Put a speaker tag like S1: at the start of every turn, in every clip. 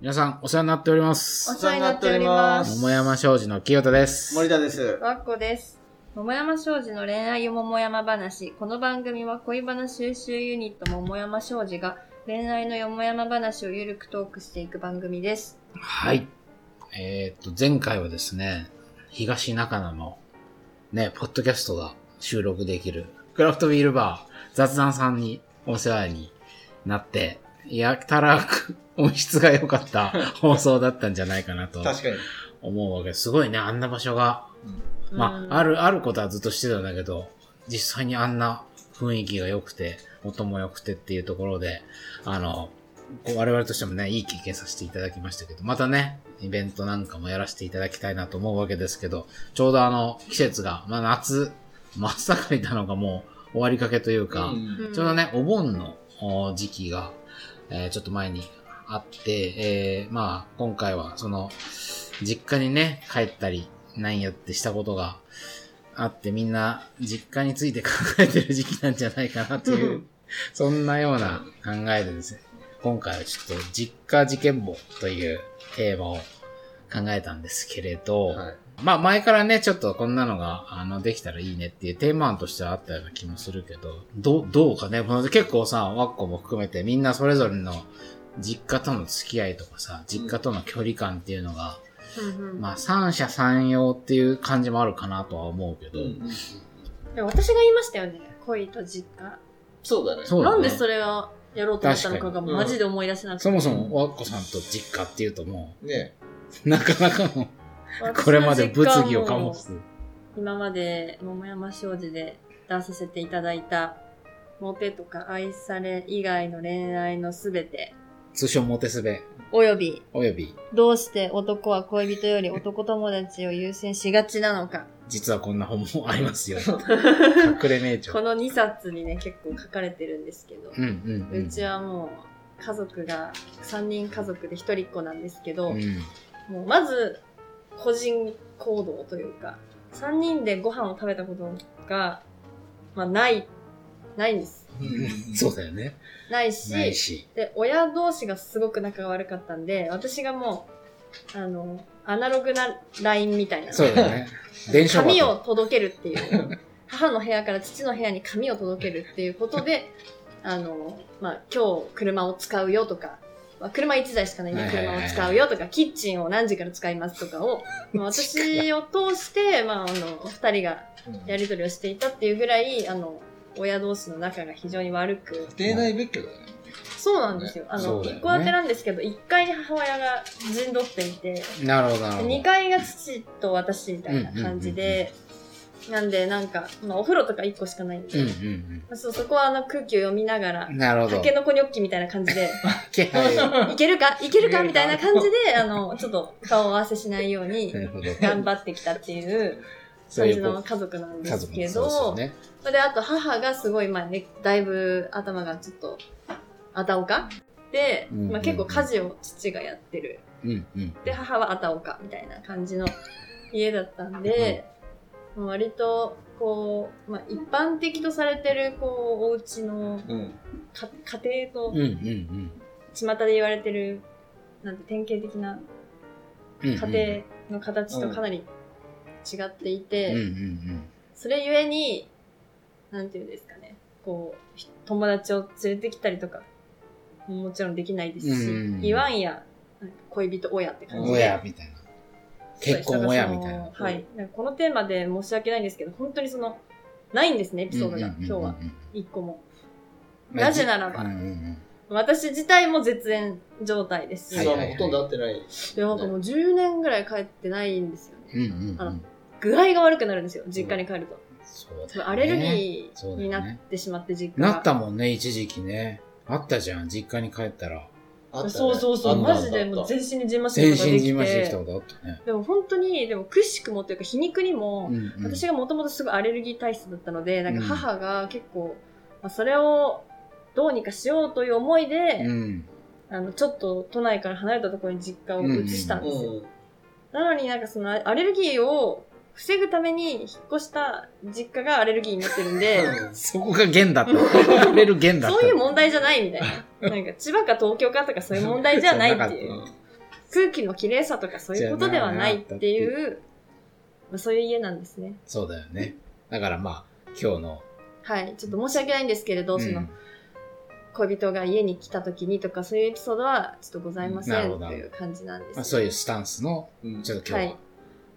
S1: 皆さん、お世話になっております。
S2: 世話になっております
S1: 桃山商事の清田です。
S2: 森田です。
S3: わっこです。桃山商事の恋愛よ桃山話。この番組は恋バナ収集ユニット桃山商事が恋愛のよもやま話をゆるくトークしていく番組です。
S1: はい。えーっと、前回はですね、東中野の、ね、ポッドキャストが収録できる、クラフトビールバー雑談さんにお世話になって、やたらく音質が良かった放送だったんじゃないかなと
S2: 確かに。
S1: 思うわけです。すごいね、あんな場所が。ま
S3: うん
S1: あ、ある、あることはずっとしてたんだけど、実際にあんな雰囲気が良くて、音も良くてっていうところで、あの、こう我々としてもね、いい経験させていただきましたけど、またね、イベントなんかもやらせていただきたいなと思うわけですけど、ちょうどあの、季節が、まあ夏、真っ盛りなのがもう終わりかけというか、
S2: うん
S1: ちょうどね、お盆のお時期が、えーちょっと前にあって、えーまあ、今回は、その、実家にね、帰ったり、なんやってしたことがあって、みんな、実家について考えてる時期なんじゃないかなというう、そんなような考えでですね、今回はちょっと、実家事件簿というテーマを考えたんですけれど、
S2: はい。
S1: まあ前からね、ちょっとこんなのが、あの、できたらいいねっていうテーマ案としてはあったような気もするけど、どう、どうかね、この結構さ、ワッコも含めてみんなそれぞれの実家との付き合いとかさ、実家との距離感っていうのが、
S3: うんうん
S1: まあ三者三様っていう感じもあるかなとは思うけど、
S2: うん
S3: でも私が言いましたよね。恋と実家。
S2: そうだね。
S1: そうだね
S3: なんでそれをやろうと思ったのかがマジで思い出せなくて。
S1: そもそもワッコさんと実家っていうとも
S2: ね
S1: う、なかなかの、
S3: 私の
S1: これまで物議を
S3: 実家はも
S1: 醸
S3: う
S1: す。
S3: 今まで桃山商事で出させていただいたモテとか愛され以外の恋愛のすべて、
S1: 通称モテスベ、
S3: および
S1: および、
S3: どうして男は恋人より男友達を優先しがちな のか。
S1: 実はこんな本もあります よ。隠れ名著。
S3: この2冊にね、結構書かれてるんですけど、
S1: うんうん
S3: う
S1: うん。
S3: ちはもう家族が、3人家族で1人っ子なんですけど、
S1: うん
S3: もうまず個人行動というか、3人でご飯を食べたことが、まあない、ないんです。
S2: うん
S1: そうだよね。
S3: ないし、
S1: ないし。
S3: で、親同士がすごく仲が悪かったんで、私がもう、あの、アナログな LINE みたいな。
S1: そうだよ ね。電車
S3: 紙を届けるっていう。 母の部屋から父の部屋に紙を届けるっていうことで、あの、まあ、今日車を使うよとか、まあ、車1台しかないんで
S1: はいはいはいはい
S3: 車を使うよとか、キッチンを何時から使いますとかを、まあ、 私を通して、まあ、あの、お二人がやり取りをしていたっていうぐらい、あの、親同士の仲が非常に悪く、
S2: 家庭内別居だね。
S3: そうなんですよ。あ
S1: そ
S3: の、
S1: うだ
S3: 一
S1: よね
S3: 戸建てなんですけど、1階に母親が陣取っていて、
S1: なるほど、なるほ
S3: 2
S1: ど。
S3: 階が父と私みたいな感じで、なんでなんか、まあ、お風呂とか1個しかないんで、
S1: うんう
S3: ま
S1: ん
S3: あそうそこはあの空気を読みながら
S1: う、ん。なるほど。
S3: タケノコニョッキみたいな感 じで、
S1: 気 配を
S3: いけるかいける
S2: いけるか
S3: かみたいな感じで、あの、ちょっと顔を合わせしないように
S1: なるほど。
S3: 頑張ってきたっていう
S1: そう
S3: 感
S1: い
S3: じ
S1: うこ
S3: の
S1: う
S3: 家族なんで
S1: 家
S3: す
S1: 族の
S3: け
S1: そうですよ
S3: ど、
S1: ね。
S3: で、あと母がすごい、まあね、だいぶ頭がちょっと、あたおかで、
S1: うんうんうん
S3: まあ、結構家事を父がやってる。
S1: うんうん。
S3: で、母はあたおかみたいな感じの家だったんで、まあ割と、こう、まあ、一般的とされてる、こう、お家の
S2: うん。
S3: か家庭と
S1: うん、うん
S3: 巷で言われてる、なんて典型的な
S1: うん。
S3: 家庭の形とかなり違っていて、
S1: うんうんうん。
S3: それゆえに、なんていうんですかね、こう、ひ友達を連れてきたりとか、もちろんできないですし、
S1: うん
S3: 言わんや、なんか恋人親って感じで。
S1: 親みたいな。結婚親みたいな。
S3: そう人がそのはい。なんかこのテーマで申し訳ないんですけど、本当にその、ないんですね、エピソードが、今日は。一個も。なぜならば
S1: うんうんうん
S3: 私自体も絶縁状態ですし。
S1: はい
S2: 実はもうほとんど会ってない。
S3: で、なんかもう10年ぐらい帰ってないんですよね。
S1: うんうん
S3: あ
S1: う
S3: の
S1: ん。
S3: 具合が悪くなるんですよ、実家に帰ると。
S1: そう
S3: そ
S1: だ
S3: の
S1: よね
S3: アレルギ
S1: そう
S3: ー
S1: だよ
S3: に
S1: ね
S3: なってしまって、実家が。
S1: なったもんね、一時期ね。あったじゃん、実家に帰ったら。
S2: あったね
S3: そうそうそう、
S1: あった
S3: マジでもう全身にじんまし
S1: 全
S3: んとか
S1: 身
S3: で
S1: じ
S3: き
S1: ましてきたこ、
S3: て
S1: とあったね。
S3: でも本当に、でもくしくもというか皮肉にも、
S1: うんうん
S3: 私がもともとすごいアレルギー体質だったので、なんか
S1: うん
S3: 母が結構、まあ、それをどうにかしようという思いで、
S1: うん。
S3: あの、ちょっと都内から離れたところに実家を移したんですよ。
S2: うん。
S3: なのになんかそのアレルギーを防ぐために引っ越した実家がアレルギーになってるんで、
S1: そこが弦だった。触れる弦だった。
S3: そういう問題じゃないみたいな。なんか千葉か東京かとかそういう問題じゃないっていう。空気の綺麗さとかそういうことではないっていう、まあ、そういう家なんですね。
S1: そうだよね。だからまあ、今日の、
S3: はい。ちょっと申し訳ないんですけれど、
S1: う
S3: その
S1: ん、
S3: 恋人が家に来た時にとかそういうエピソードはちょっとございませ
S1: なる
S3: ん
S1: ほど
S3: という感じなんです、
S1: まあ、そういうスタンスの、
S2: うん
S1: ちょっと今日は、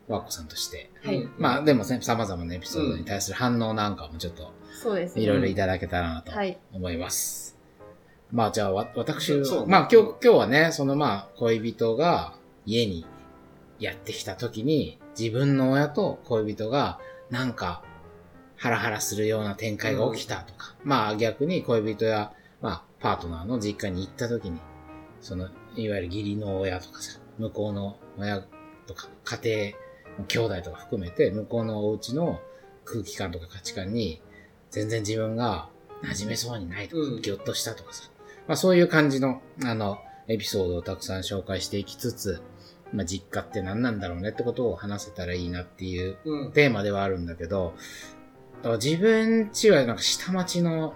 S1: 和子さんとして、
S3: はい。はい。
S1: まあでもね、様々なエピソードに対する反応なんかもちょっと、
S3: そうです
S1: いろいろいただけたらなと
S3: はい。
S1: 思います。まあじゃあ、わ私
S2: そう
S1: は、まあ今日、今日はね、そのまあ恋人が家にやってきた時に、自分の親と恋人がなんかハラハラするような展開が起きたとか、まあ逆に恋人や、まあパートナーの実家に行った時に、その、いわゆる義理の親とかさ、向こうの親とか、家庭、兄弟とか含めて、向こうのお家の空気感とか価値観に、全然自分が馴染めそうにないとか、
S2: うん
S1: ぎょっとしたとかさ、まあそういう感じの、あの、エピソードをたくさん紹介していきつつ、まあ実家って何なんだろうねってことを話せたらいいなっていう
S2: うん。
S1: テーマではあるんだけど、自分ちはなんか下町の、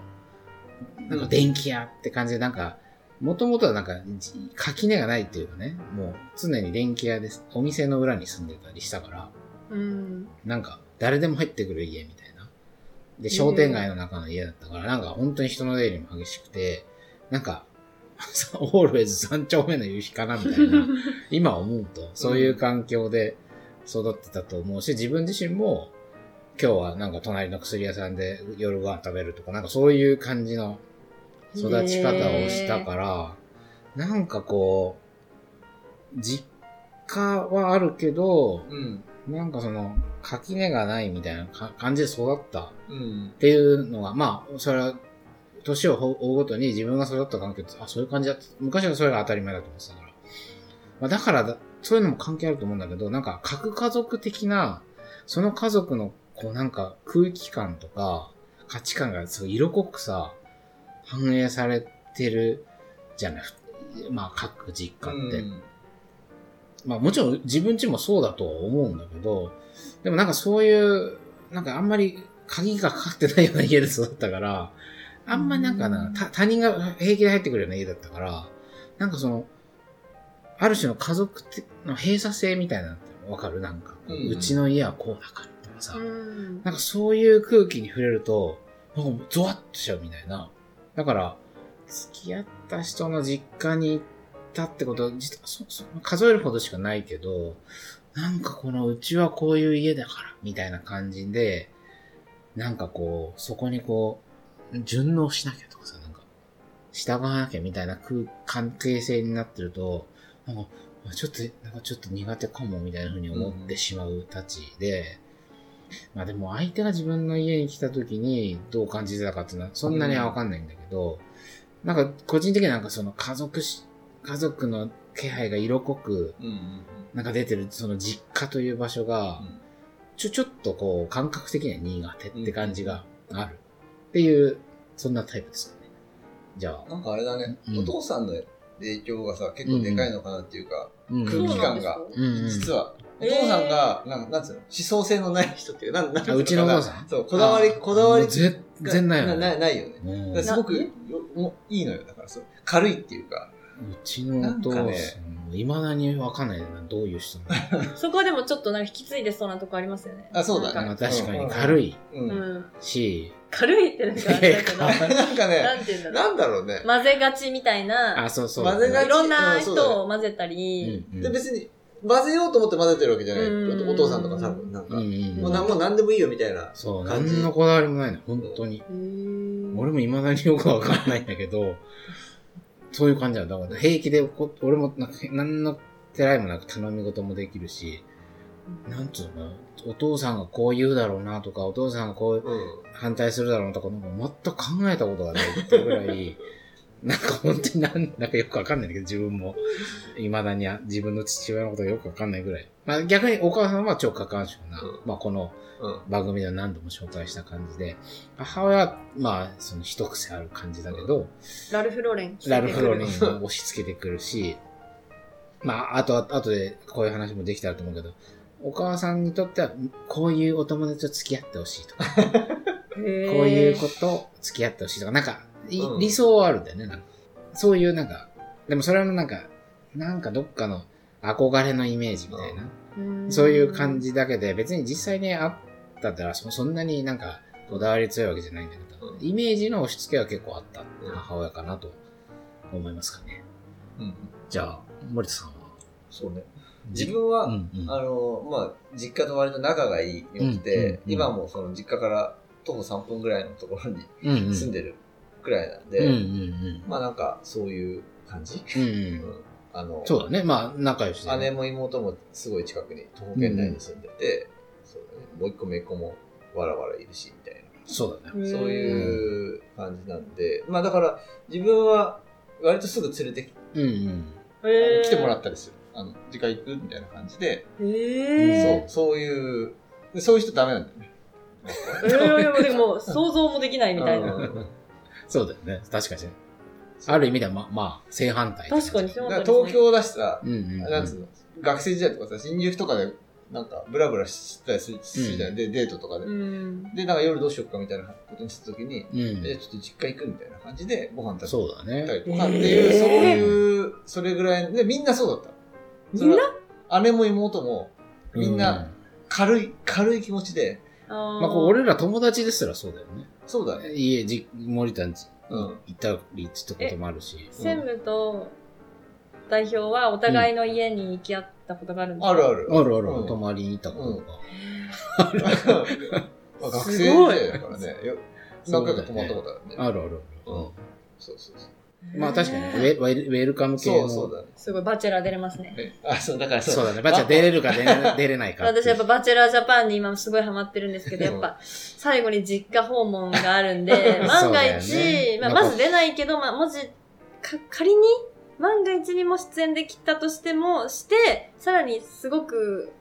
S1: なんか電気屋って感じで、なんか、もともとはなんか、じ垣根がないっていうかね、もう常に電気屋です。お店の裏に住んでたりしたから、
S3: うん。
S1: なんか、誰でも入ってくる家みたいな。で、商店街の中の家だったから、なんか本当に人の出入りも激しくて、なんか、 オールウェイズ3丁目の夕日かなみたいな、今思うと、そういう環境で育ってたと思うし、自分自身も、今日はなんか隣の薬屋さんで夜ご飯食べるとか、なんかそういう感じの育ち方をしたから、なんかこう、実家はあるけど、
S2: うん。
S1: なんかその、垣根がないみたいなか感じで育ったっ
S2: うん。
S1: ていうのが、まあ、それは、年を追うごとに自分が育った環境って、あ、そういう感じだった。昔はそれが当たり前だと思ってたから。まあ、だからだ、そういうのも関係あると思うんだけど、なんか、核家族的な、その家族の、こうなんか、空気感とか、価値観がすごい色濃くさ、反映されてるじゃない。まあ、各実家って。まあもちろん自分ちもそうだとは思うんだけど、でもなんかそういう、なんかあんまり鍵がかかってないような家で育ったから、あんまりなんか
S3: う
S1: な、
S3: ん
S1: た他人が平気で入ってくるような家だったから、なんかその、ある種の家族っての閉鎖性みたいなのってわかるなんか、こ
S2: うん
S1: ううちの家はこうだからとかさ、
S3: うん。
S1: なんかそういう空気に触れると、なんかゾワッとしちゃうみたいな。だから、付き合った人の実家に行ったってことは、実はそそ数えるほどしかないけど、なんかこのうちはこういう家だから、みたいな感じで、なんかこう、そこにこう、順応しなきゃとかさ、なんか、従わなきゃみたいな空関係性になってると、なんか、ちょっと、なんかちょっと苦手かも、みたいな風に思ってしまうたちで、まあでも相手が自分の家に来た時にどう感じてたかっていうのはそんなにはわかんないんだけど、なんか個人的にはなんかその家族し、家族の気配が色濃く、
S2: うん。
S1: なんか出てるその実家という場所が、
S2: うん
S1: ちょ、ちょっとこう感覚的には苦手って感じがあるっていう、そんなタイプですかね。じゃあ、
S2: なんかあれだね、
S1: うん
S2: お父さんの影響がさ、結構でかいのかなっていうか、
S1: うん
S2: 空気感が
S3: そうなんです
S1: うんうん、
S2: 実は、お
S3: えー
S2: 父さんが、なんなんつうの、思想性のない人っていうか、なんなんつう
S1: あうちのお
S2: かな
S1: 父さん
S2: そう、こだわり、こだわり
S1: もう全然ないよね
S2: ななないよね。
S1: うんう
S2: だからすごく
S3: な
S2: よもういいのよ。だからそう、軽いっていうか。
S1: ちのお父さん、いまだにわかんないな、どういう人なのか。
S3: そこはでもちょっとなんか引き継いでそうなとこありますよね。
S2: あそうだね
S1: ま
S3: な
S1: あ
S3: んか
S1: 確かに軽い
S2: うん。
S3: うん。
S1: し、
S3: 軽いってなんかあれだ けど、
S1: え
S2: なんかね、
S3: なんて言うんだろ
S2: なんだろうね
S3: う。。混ぜがちみたいな、
S1: あ、そうそう。
S2: 混ぜが
S3: いろん
S2: う
S3: なん
S2: そうだね
S3: 人を混ぜたり、
S1: うんうん
S2: で、別に、混ぜようと思って混ぜてるわけじゃない。
S3: うん
S2: お父さんとか多分、なんか、
S1: うんうん
S2: も
S1: う、
S2: うんなんもう何でもいいよみたいな。
S1: そう、
S2: 感じ
S1: 何のこだわりもないの、本当に。俺
S3: 俺
S1: も未だによくわかんないんだけど、 そういう感じなの。だから平気でこ、俺もなんか何の手らいもなく頼み事もできるし、なんつうのかな、お父さんがこう言うだろうなとか、お父さんがこう
S2: うん。
S1: 反対するだろうなとか、なんか全く考えたことがないってぐら い、なんか本当になんなんかよくわかんないんだけど、自分も、未だにあ自分の父親のことがよくわかんないぐらい。まあ逆にお母さんは超過干渉な、
S2: う
S1: まあこの
S2: うん。
S1: 番組では何度も紹介した感じで、母親は、まあ、その一癖ある感じだけど、
S3: ラルフ・ローレン。
S1: ラルフローレンを押し付けてくるし、まあ、あと、あとでこういう話もできたらと思うけど、お母さんにとっては、こういうお友達と付き合ってほしいとか、
S3: こう
S1: こういう
S3: と。
S1: こと付き合ってほしいとか、なんか、い
S2: うん
S1: 理想はあるんだよね、なんか。そういうなんか、でもそれもなんか、なんかどっかの憧れのイメージみたいな、
S3: うん
S1: そういう感。じだけで、別に実際にあったったらそそんなになんかこだわり強いわけじゃないんだけど、イメージの押し付けは結構あった母親かなと思いますかね。
S2: うん。
S1: じゃあ、森田さんは
S2: そうね。自分は、
S1: うんうん
S2: あの、まあ、実家と割と仲がいいよく
S1: うんうん
S2: て、
S1: うん
S2: 今もその実家から徒歩3分ぐらいのところに
S1: うんうん
S2: 住んでるくらいなんで、
S1: うんうん
S2: まあなんかそういう感じ、
S1: うんうん
S2: う
S1: うん
S2: んあの、
S1: そうだね。まあ、仲良しだね
S2: 姉も妹もすごい近くに、徒歩圏内に住んでて、そうだね、もう一個めっ子もわらわらいるし、みたいな。
S1: そうだね。
S2: そう
S3: う
S2: いう感じなんで、まあだから自分は割とすぐ連れてき
S1: うんうん。
S3: へー
S2: 来てもらったりする。あの、次回行くみたいな感じで、そう
S3: へ、
S2: そういう、でそういう人ダメなんだよね。
S3: え。いやいやでも、想像もできないみたいな。
S2: うん
S1: そうだよね。確かに。ある意味では、ま、まあ、正反対。
S3: 確かに、。
S2: だから東京だしさ、
S1: うんうん、うん。
S2: なんつうの、学生時代とかさ、新宿とかで、なんか、ブラブラしたりするするじゃない、で、デートとかで。
S3: うん。
S2: で、なんか夜どうしようかみたいなことにしたときに、
S1: うん。
S2: え、ちょっと実家行くみたいな感じで、ご飯食
S1: そうだ
S2: べた
S1: ね。
S2: りとかってい
S3: え
S2: う、
S3: ー
S2: そういう、それぐらい、で、みんなそうだった。それは姉も妹も、みんな
S1: う
S2: 軽い、軽い気持ちで、
S3: あー
S1: まあ、こう俺ら友達ですらそうだよね。
S2: そうだね。
S1: 家、じ森田に
S2: うん。
S1: 行ったりってこともあるし。
S3: 専務と代表はお互いの家に行き合ったことがあるんですか
S2: あるある。
S1: あるある、
S2: うん
S1: 泊まりに行ったこととか。
S2: まあ学生時代だからね。よ
S1: そうだよね
S2: 何回か泊まったことあるね。
S1: あるあるある。
S2: うんそうそうそう。
S1: うんまあ確かにね、ウェウェウェルカム系
S2: そ
S1: の。
S2: うそうだね
S3: すごい、バチェラー出れますね。
S2: ね。あ、そう、だから、
S1: そうだね。バチャ出れるか出れ出れないかっていう。、
S3: 私やっぱバチェラージャパンに今すごいハマってるんですけど、やっぱ最後に実家訪問があるんで万が
S1: そ
S3: 一、
S1: うだよね
S3: まあ、まず出ないけど、まあ、もし、か、仮に、万が一にも出演できたとしても、して、さらにすごく、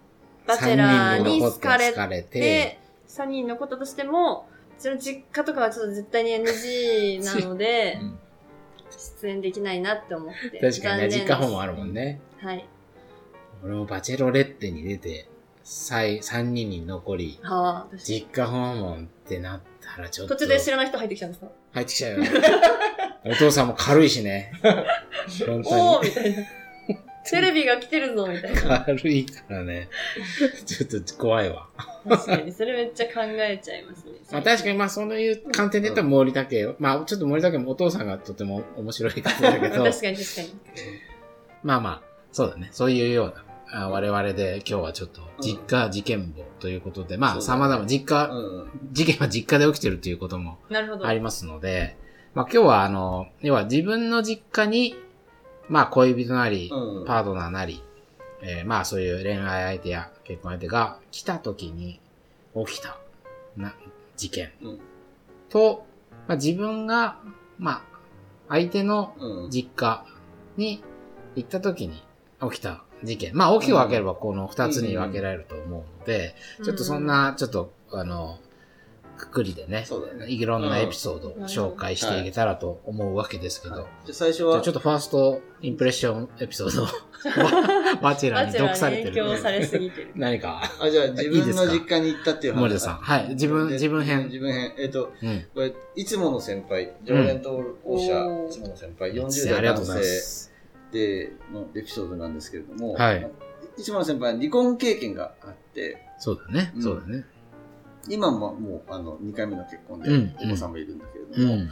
S3: バチェラーに好かれ
S1: 好かれて
S3: で、3人残ったとしても、うちの実家とかはちょっと絶対に NG なので
S2: うん
S3: 出演できないなって思って。
S1: 確かにね、
S3: 残念です
S1: 実家訪問あるもんね。
S3: はい。
S1: 俺もバチェロレッテに出て、最、三人に残り、
S3: はあ、私
S1: 実家訪問ってなったらちょっと。
S3: 途中で知らない人入ってきたんですか
S1: 入ってきちゃうよ。 お父さんも軽いしね。本
S3: お
S1: 当
S3: おみたいな。テレビが来てるぞみたい
S1: に。
S3: な。
S1: 軽いからね。ちょっと怖いわ。
S3: 確かに、それめっちゃ考えちゃいますね。
S1: まあ確かにまあそういう観点で言ったら森田家、まあちょっと森田家もお父さんがとても面白い方だけ
S3: まあ
S1: ど、
S3: 確かに確かに。
S1: まあまあ、そうだね。そういうような、あ我々で今日はちょっと実家事件簿ということで、まあ
S2: そうだね
S1: 様々、実
S2: う
S1: 家、
S2: ん。
S1: 事件は実家で起きてるということも
S3: なるほど。
S1: ありますので、まあ今日はあの、要は自分の実家に、まあ恋人なり、
S2: うん。
S1: パートナーなり、えーまあそういう恋愛相手や結婚相手が来た時に起きたな事件
S2: うん
S1: と、まあ、自分が、まあ、相手の
S2: うん。
S1: 実家に行った時に起きた事件。まあ大きく分ければこの二つに分けられると思うので、ちょっとそんな、ちょっと、あの、くくりでね、
S2: そうだよね。
S1: いろんなエピソードを紹介していけたらと思うわけですけど、
S2: じゃあ最初
S1: じゃあ
S2: は
S1: ちょ、っとファーストインプレッションエピソードを バチェ
S3: うん、
S1: ラ
S3: バ
S1: ーに
S3: チェラ
S1: 毒さ
S3: ー
S1: れ
S3: に
S1: て
S3: 影響
S1: る。。
S3: されすぎてる
S1: 何か。
S2: あ、じゃあ自
S1: いいで
S2: 分
S1: すか
S2: の実家に行ったっていう話。
S1: 森田さん。はい。自分、
S2: で
S1: 自分編。
S2: 自分編。えっと、
S1: うん。
S2: これ、いつもの先輩、常連登録者、
S3: うん
S2: いつもの先輩、
S1: 実
S2: 40
S1: 際あ
S2: 代
S1: りがとうござ
S2: 男
S1: いま
S2: 性
S1: す。
S2: でのエピソードなんですけれども、
S1: はい
S2: いつもの先輩は離婚経験があって、
S1: そうだね。
S2: うん
S1: そうだね。
S2: 今ももうあの2回目の結婚で
S1: うん
S2: お子さんもいるんだけれど
S1: う
S2: も、
S1: ん。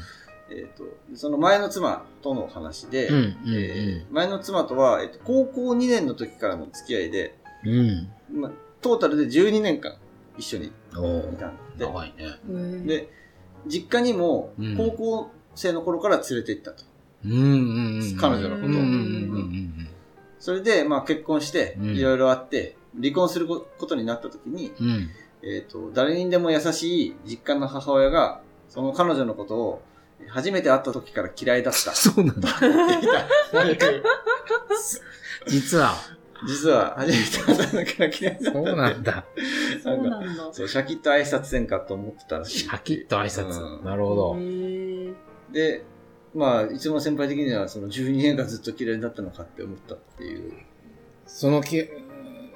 S2: えー、とその前の妻との話で、
S1: うん。
S2: えー前の妻とは、えーと高校2年の時からの付き合いで、
S1: うん。うん。
S2: ま、トータルで12年間一緒にい
S1: おー
S2: たんで
S1: 長いね。
S3: うん
S2: で実家にも
S1: うん
S2: 高校生の頃から連れて行ったと、
S1: うんうんうん。
S2: 彼女の
S1: う
S2: こと
S1: ん
S2: を、
S1: うんうん
S2: それで、まあ、結婚して
S1: うん
S2: いろいろあって離婚することになった時に、
S1: うんうん。うん。
S2: えー、と誰にでも優しい実家の母親がその彼女のことを初めて会った時から嫌いだった
S1: そうなんだ。 実は、
S2: 実は初めて会った時から嫌いだった
S1: そ
S2: んで
S1: うなんだ。
S3: そう
S2: なんか
S3: なんだ。
S2: そうシャキッと挨拶せんかと思ってたらしい
S1: シャキッと挨拶。
S2: うん
S1: なるほど
S3: へ。ー
S2: でまあいつも先輩的にはその12年間ずっと嫌いだったのかって思ったっていう
S1: そのき、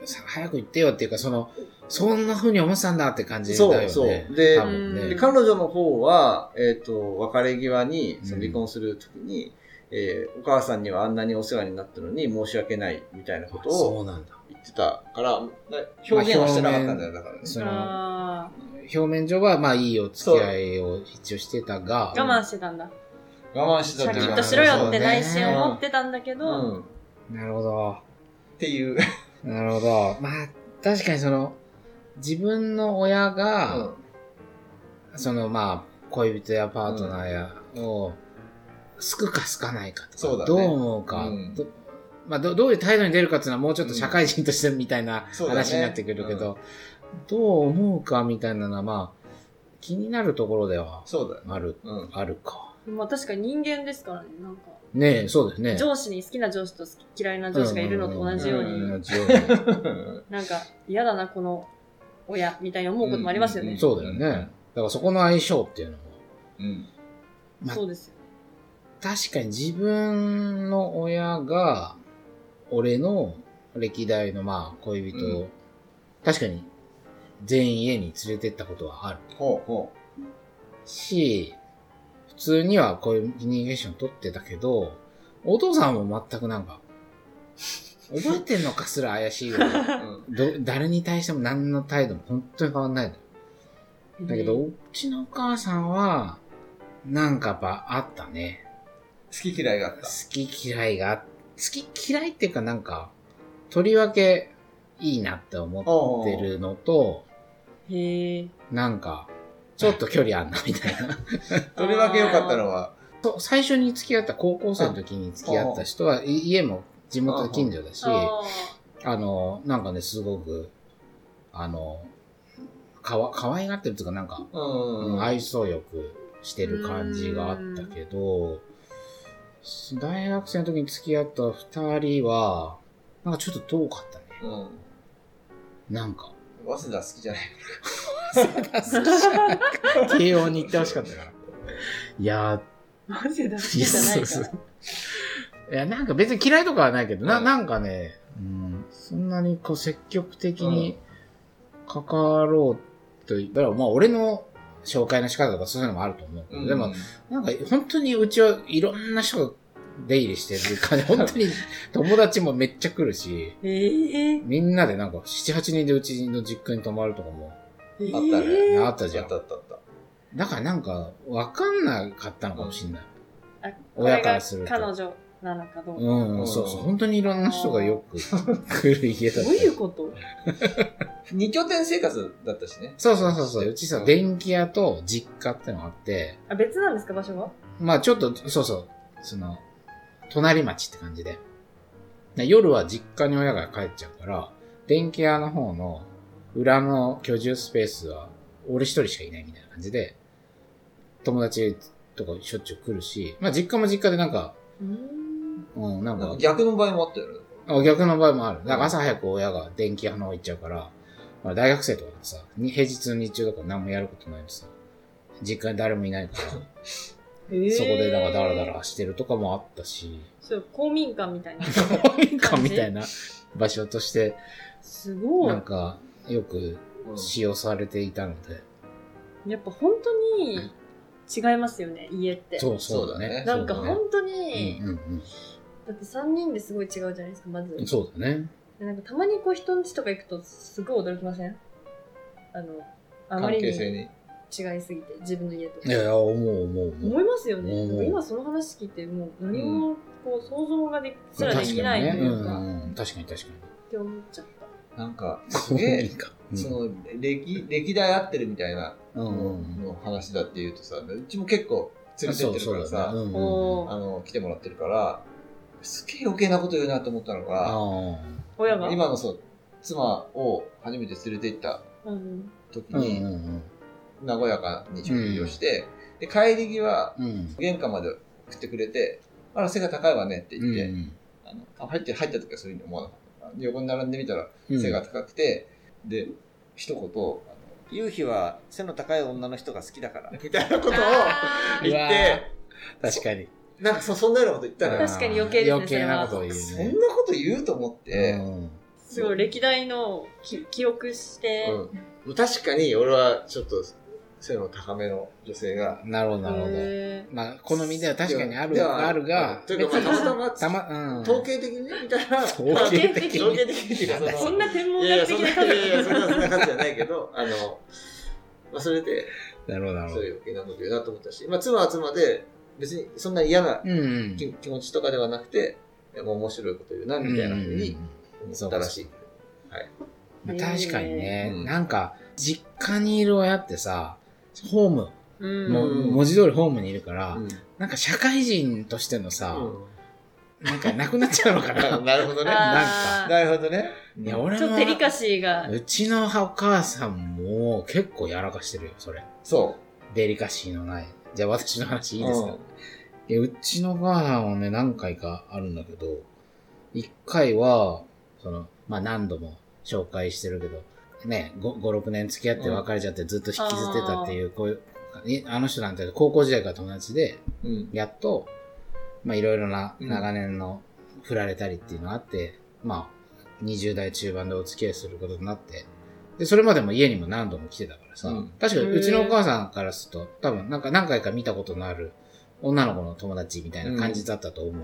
S1: さ早く言ってよっていうか、その、そんな風に思ってたんだって感じだ
S2: そう
S1: よね。
S2: そうで
S1: 多分
S3: う
S1: ね
S2: で
S3: ん。
S2: 彼女の方は、えっと別れ際にその
S1: うん
S2: 離婚する時に、えーお母さんにはあんなにお世話になったのに申し訳ないみたいなこと
S1: そ
S2: を
S1: うなんだ。
S2: 言ってたから、な表現はしてなかったんだよ、だからね。
S1: その、
S3: あ
S1: 表面上は、まあ、いいお付き合いを一応してたが
S3: あ、、我慢してたんだ。
S2: 我慢して
S3: シャ
S2: たって
S3: キ
S2: いう
S3: ッ
S2: か
S3: としろよって
S1: そうね
S3: 内心思ってたんだけ
S2: う
S3: ど、
S2: ん。っ
S1: なるほど。
S2: ていう。
S1: なるほど。まあ、確かにその、自分の親が、そのまあ、恋人やパートナーやを、好くか好かないかと
S2: そう
S1: か、
S2: だね
S1: どう思うか、
S2: うん
S1: どまあど、どういう態度に出るかっていうのはもうちょっと社会人としてみたいな
S2: そうだね
S1: 話になってくるけど、どう思うかみたいなのはまあ、気になるところでは
S2: そうだよ。
S1: ある、
S2: うん。
S1: あるか。
S3: まあ確かに人間ですからね、なんか。
S1: ねえ、そうですね。
S3: 上司に好きな上司と好き嫌いな上司がいるのと同じように、
S2: うんう
S1: 同
S2: ん
S1: じよう
S3: なんか嫌だな、この親みたいに思うこともありますよね。
S2: うん
S1: に。そうだよね。だからそこの相性 っていうのは、
S2: うん。
S1: まあ
S3: そうですよ。
S1: 確かに自分の親が、俺の歴代のまあ恋人を、
S2: う
S1: 確かに全員家に連れてったことはある
S2: ほうほ。
S1: し、普通にはこういうコミュニケーション取ってたけど、お父さんも全くなんか、覚えてんのかすら怪しいぐ らいう
S2: うん
S1: ど誰に対しても何の態度も本当に変わんないのだけど、
S3: うん、
S1: うちのお母さんは、なんかやっぱあったね。
S2: 好き嫌いがあった。
S1: 好き嫌いが、好き嫌いっていうかなんか、とりわけいいなって思ってるのと、
S3: へえ。
S1: なんか、ちょっと距離あんなみたいな。
S2: とりわけ良かったのは、
S1: そう最初に付き合った、高校生の時に付き合った人は、い家も地元近所だし、あ
S3: あ
S1: の、なんかね、すごく、あの、かわ、可愛がってるっていうかなんか、
S2: うんうん。
S1: 愛想よくしてる感じがあったけど、大学生の時に付き合った二人は、なんかちょっと遠かったね。
S2: うん。
S1: なんか。
S2: 早稲田好きじゃない。
S1: 慶応に行ってほしかったから。いや
S3: ーマジだ。
S1: ー、い
S3: じ
S1: や、
S3: ゃな
S1: そ
S3: いうか
S1: そうい
S3: ら。。
S1: や、なんか別に嫌いとかはないけど、な、
S2: うん
S1: なんかね、うん、そんなにこう積極的に関わろうと、だからまあ俺の紹介の仕方とかそういうのもあると思うけど、でも、なんか本当にうちはいろんな人が出入りしてる 感じ、本当に友達もめっちゃ来るし、
S3: ええ。
S1: みんなでなんか7、8人でうちの実家に泊まるとかも
S3: え
S2: あったね
S3: え
S1: あったじ
S2: あ
S1: ゃ
S2: っ
S1: ん
S2: た。あったあった。
S1: だからなんかわかんなかったのかもしれない。
S3: あこ
S1: 親
S3: れ
S1: か
S3: が
S1: らすると
S3: 彼女なのかどうか。
S1: うん、
S2: うん
S1: そうそう。本当にいろんな人がよく来る家だ
S3: ど
S1: っ
S3: う
S1: た。
S3: いうこと
S2: 二拠点生活だったしね。
S1: そうそうそうそう。うちさ、電気屋と実家ってのがあって、
S3: あ、別なんですか、場所は
S1: まあちょっと、そうそう、その、隣町って感じで。で夜は実家に親が帰っちゃうから、電気屋の方の裏の居住スペースは俺一人しかいないみたいな感じで、友達とかしょっちゅう来るし、まあ実家も実家でなんか、
S3: うーん。
S1: うん、なん
S2: な
S1: か
S2: んか、逆の場合もあったよね。
S1: あ逆の場合もある。なんか朝早く親が電気屋の方行っちゃうから、まあ、大学生とかだとさ、に平日の日中とか何もやることないしさ、実家に誰もいないから、
S3: えー
S1: そこでなんかダラダ。ラしてるとかもあったし、
S3: そう、公民館みたいな。
S1: 公民館みたいな場所として、
S3: すごい
S1: なん。か、よく使用されていたので。
S3: やっぱ本当に違いますよね、家って。
S1: そうそうだね。
S3: なんか
S1: そうだね
S3: 本当に、
S1: うんうん
S3: だって3人ですごい違うじゃないですか、まず
S1: うん。そうだね。
S3: でなんかたまにこう人ん家とか行くとすごい驚きませんあの、あま
S2: 関
S3: りに
S2: 係
S3: 違
S2: 性に。
S3: いすぎて、自分の家と
S1: いやい
S3: か。
S1: や、思う思う思う。
S3: 思いますよ
S1: う
S3: ね。
S1: ん
S3: なんか今その話聞いて、もう何もこう想像ができ、すらできないと
S1: ね。
S3: いう
S1: う
S3: か、
S1: んうん確かに確か
S3: って思っちゃった。
S2: なん か、
S1: に。
S2: すげえ、
S1: か。
S2: その、歴、歴代合ってるみたいな
S1: うんうんうん。
S2: の話だって言うとさ、うちも結構連れてってるから
S1: そうそうだね
S2: さ、
S1: うんうん
S3: おー
S2: あの、来てもらってるから、すげえ余計なこと言うなと思ったのが、
S1: あ
S3: 親が。
S2: 今のそう、妻を初めて連れて行った
S3: うん
S2: 時
S1: あ。うん
S2: に、
S1: うん
S2: 和やかに食事をして、で、帰り際、
S1: うん。うん。
S2: 玄関まで送ってくれて、あら、背が高いわねって言って、
S1: うん
S2: あのあ入って、入った時はそういうふうに思わなかった。横に並んでみたら、
S1: うん
S2: 背が高くて、で、一言あの、夕日は背の高い女の人が好きだから、 みたいなことを
S3: あー
S2: 言って、
S1: 確かに。
S2: なんかそそんなようなこと言ったら、
S3: 確かに余計ですね
S1: 余計なことを言うね。
S2: そんなこと言うと思って、
S3: すごい歴代のをき記憶して、
S2: うん確かに俺はちょっと
S4: 背の高めの女性が。
S1: なるほど、なるほど。
S3: へ
S1: まあ、好みでは確かにある、
S4: では
S1: あるが、
S4: というか、まあ、たまた
S1: た
S4: ま、
S1: ま、うん。
S4: 統計的にね見たら、
S1: 統
S4: まあ
S1: 計的
S4: 統計的にっていうか
S3: ー
S4: の
S3: そんな天文
S4: いやいや、そ
S3: 学的
S4: んな、
S3: ない感じ
S4: やい や、そんな、そんな感じじゃないけど、あの、まあ、それで、
S1: なるほど、なるほ
S4: そう
S1: ど。
S4: いう余計なこと言うなと思ったし、まあ、妻は妻で、別にそんな嫌な
S1: うんうん。
S4: 気気持ちとかではなくて、もう面白いこと言うな、みたいなふうに思ったらしい。
S1: まあ、確かにね、
S4: うん
S1: なんか、実家にいる親ってさ、ホーム、
S3: うん
S1: もう文字通りホームにいるから、
S4: うん
S1: なんか社会人としてのさ、
S4: う
S1: なんかなくなっちゃうのか な。
S4: んなるほどね。
S3: あー
S4: なるほどね。
S1: いや、俺
S3: ちょっ
S1: も
S3: と、デリカシーが。
S1: うちのお母さんも結構やらかしてるよ、それ。
S4: そ
S1: デリカシーのない。じゃあ私の話
S4: う。
S1: いいですか、
S4: うん
S1: いやうちの母さんはね、何回かあるんだけど、一回は、その、まあ何度も紹介してるけど、ね、5、6年付き合って別れちゃってずっと引きずってたっていう、こういう、いあの人なんて高校時代から友達で、
S4: うん。
S1: やっと、まあいろいろな
S4: うん
S1: 長年の振られたりっていうのがあって、まあ20代中盤でお付き合いすることになって、で、それまでも家にも何度も来てたからさ、
S4: うん
S1: 確かにうちのお母さんからすると、多分なんか何回か見たことのある女の子の友達みたいな感じだったと思う。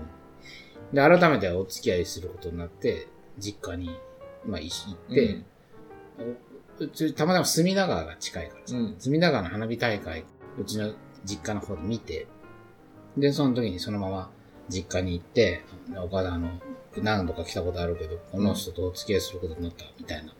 S1: で、改めてお付き合いすることになって、実家に、まあい行って、うちたまたま隅田川が近いからさ、
S4: うん
S1: 隅田川の花火大会、うちの実家の方で見て、で、その時にそのまま実家に行って、お母さんあの、何度か来たことあるけど、この人とお付き合いすることになった、みたいな。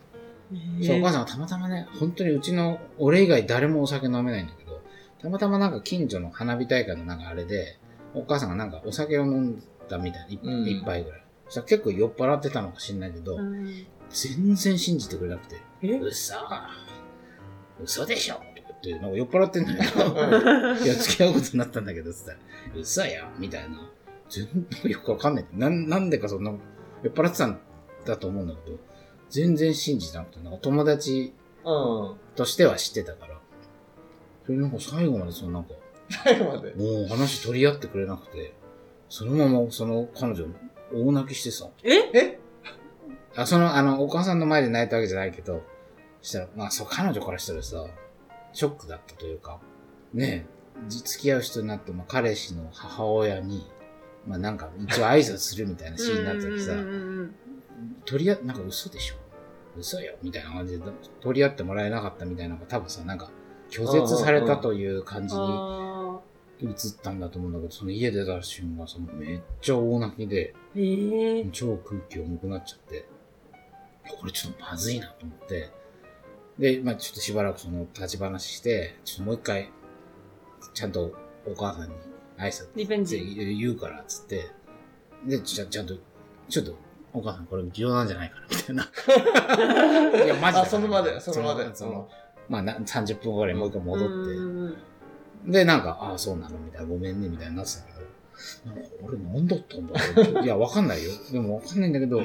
S1: そう、お母さんはたまたまね、本当にうちの俺以外誰もお酒飲めないんだけど、たまたまなんか近所の花火大会のなんかあれで、お母さんがなんかお酒を飲んだみたいな、一
S4: うん
S1: 一杯ぐらい。そしたら結構酔っ払ってたのか知んないけど、
S3: うん
S1: 全然信じてくれなくて、
S3: え
S1: 嘘嘘でしょとかって、なんか酔っ払ってんだけど、
S4: うん
S1: いや、付き合うことになったんだけど、つったら、嘘やみたいな。全然よくわかんない。なん、なんでかそんな、酔っ払ってたんだと思うんだけど、全然信じてなくて、なんか友達
S4: うん。
S1: としては知ってたから、それなんか最後までそのなんか、
S4: 最後まで。
S1: もう話取り合ってくれなくて、そのままその彼女、大泣きしてさ、
S3: え
S4: え
S1: あ、その、あの、お母さんの前で泣いたわけじゃないけど、そしたら、まあ、そう、彼女からしたらさ、ショックだったというか、ねえ、じ付き合う人になって、まあ、彼氏の母親に、まあ、なんか、一応挨拶するみたいなシーンになった時さ
S3: う、んうんうん
S1: とりあえず、なんか嘘でしょ嘘よ、みたいな感じで、取り合ってもらえなかったみたいなのが、多分さ、なんか、拒絶されたという感じに
S3: あ
S1: 映ったんだと思うんだけど、その家出た瞬間、そのめっちゃ大泣きで、
S3: ーへえ
S1: 超空気重くなっちゃって、これちょっとまずいなと思って、で、まあちょっとしばらくその立ち話して、ちょっともう一回、ちゃんとお母さんに挨拶
S3: リベン
S1: って
S3: ジ
S1: 言うからっつって、で、ちゃちゃんと、ちょっと、お母さんこれ重要なんじゃないかな、みたいな。 いや、マジだ
S4: あその場でその場で
S1: そのそのまあな30分後らいもう一回戻って、
S3: うんうん
S1: で、なんか、ああ、そうなのみたいな、ごめんね、みたいになってたけど、なんか俺何だったんだろう。いや、わかんないよ。でもわかんないんだけど、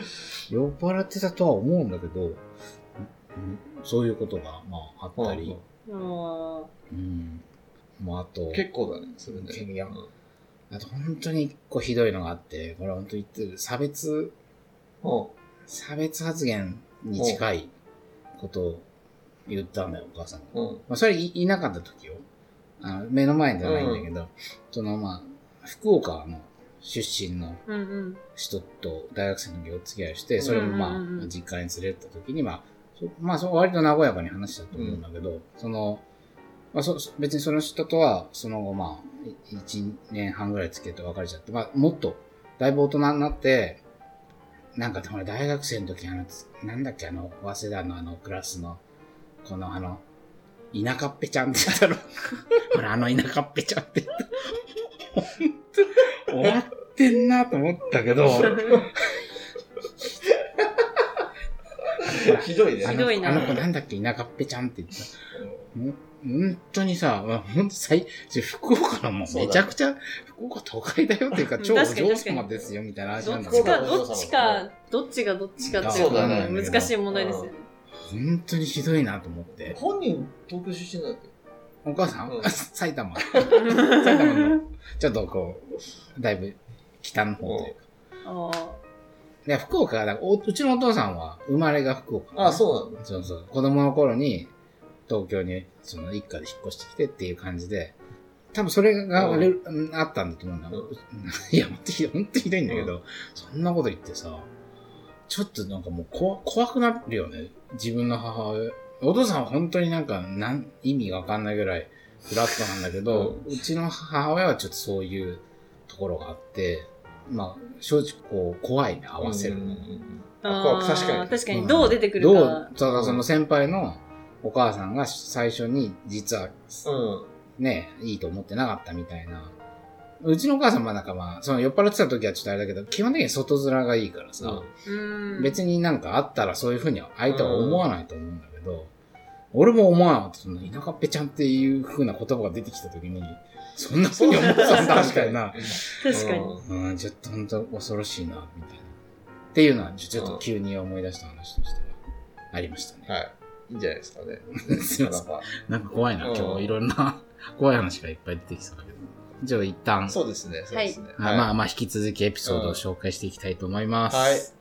S1: 酔っ払ってたとは思うんだけど、んそういうことが、まあ、あったり、
S3: うん
S1: うん。もうあと、
S4: 結構だね、それね。
S1: いやあと本当に一個ひどいのがあって、これ本当言ってる、差別、
S4: うん
S1: 差別発言に近いことを言ったんだよ、お母さんが。
S4: うん。
S1: まあ、それいいなかった時よ。あの目の前ではないんだけど、そのまあ、福岡の出身の
S3: うんうん
S1: 人と大学生の時お付き合いして、それもま
S3: うんうんう
S1: あ、
S3: ん
S1: 実家に連れてった時に、まあ、そまあ、そう割と和やかに話したと思うんだけど、その、まあそ、そ別にその人とは、その後まあ、い1年半ぐらい付き合って別れちゃって、まあ、もっと、だいぶ大人になって、なんか、ほら、大学生の時、あの、なんだっけ、あの、早稲田のあの、クラスの、このあの、田舎っぺちゃんって言 ったろ。ほら、あの田舎っぺちゃんって言った。終わってんなと思ったけど、
S4: ひどいね。
S1: あ
S3: ひ
S1: の
S3: どいな
S1: あの子なんだっけ、田舎っぺちゃんって言ってた。も本当にさ、まあ本当最、福岡のもう
S4: そうだね
S1: めちゃくちゃ、福岡都会だよっていうか、
S3: うん
S1: 超お
S3: 確かに
S1: 嬢様ですよみたいな話
S3: ど
S1: なん
S3: っ
S1: だけど、
S3: ちかどっちかどっちがどっちかって
S1: そうだね
S3: 難しい問題ですよね
S1: 本当にひどいなと思って。
S4: 本人、東京出身なんだっけ
S1: お母さん、
S4: うん
S1: 埼玉。
S3: 埼
S1: 玉のちょっとこう、だいぶ北の方というか。
S3: ああ
S1: で福岡はだからお、うちのお父さんは生まれが福岡、
S4: あ、そうなんだ。
S1: そうそう。子供の頃に、東京にその一家で引っ越してきてっていう感じで、多分それが俺、あったんだと思うんだ。 いや、ほんとひどい、ほんとひどいんだけど、そんなこと言ってさ、ちょっとなんかもう怖怖くなるよね。自分の母親。お父さんは本当になんかなん意味わかんないぐらいフラットなんだけど、うちの母親はちょっとそういうところがあって、まあ、正直こう怖いね、合わせるのが。
S4: あ怖く確か
S3: あー
S4: に。
S3: 確か
S1: うん
S3: に、どう出てくる
S1: ど
S3: か。
S1: う、ただその先輩のお母さんが最初に実は
S4: うん。
S1: ね、いいと思ってなかったみたいな。うちのお母さんもなんかまあ、その酔っ払ってた時はちょっとあれだけど、基本的に外面がいいからさ、
S3: うん。
S1: 別になんかあったらそういうふうには相手は思わないと思うんだけど、俺も思わなかった。その田舎っぺちゃんっていうふうな言葉が出てきた時に、そんなふうに思ってたんだみたいな。
S3: 確かに。
S1: うん、ちょっと本当恐ろしいな、みたいな。っていうのは、ちょっと急に思い出した話としては、ありましたね。
S4: はい。いいんじゃないですかね。
S1: すい
S4: な
S1: ません
S4: かなか
S1: なんか怖いな、
S4: うん
S1: 今日いろんな 怖い話がいっぱい出てきそうだけど。じゃあ一旦、
S4: そうですね。そうですね。
S1: あまあまあ引き続きエピソードを紹介していきたいと思います。
S4: はい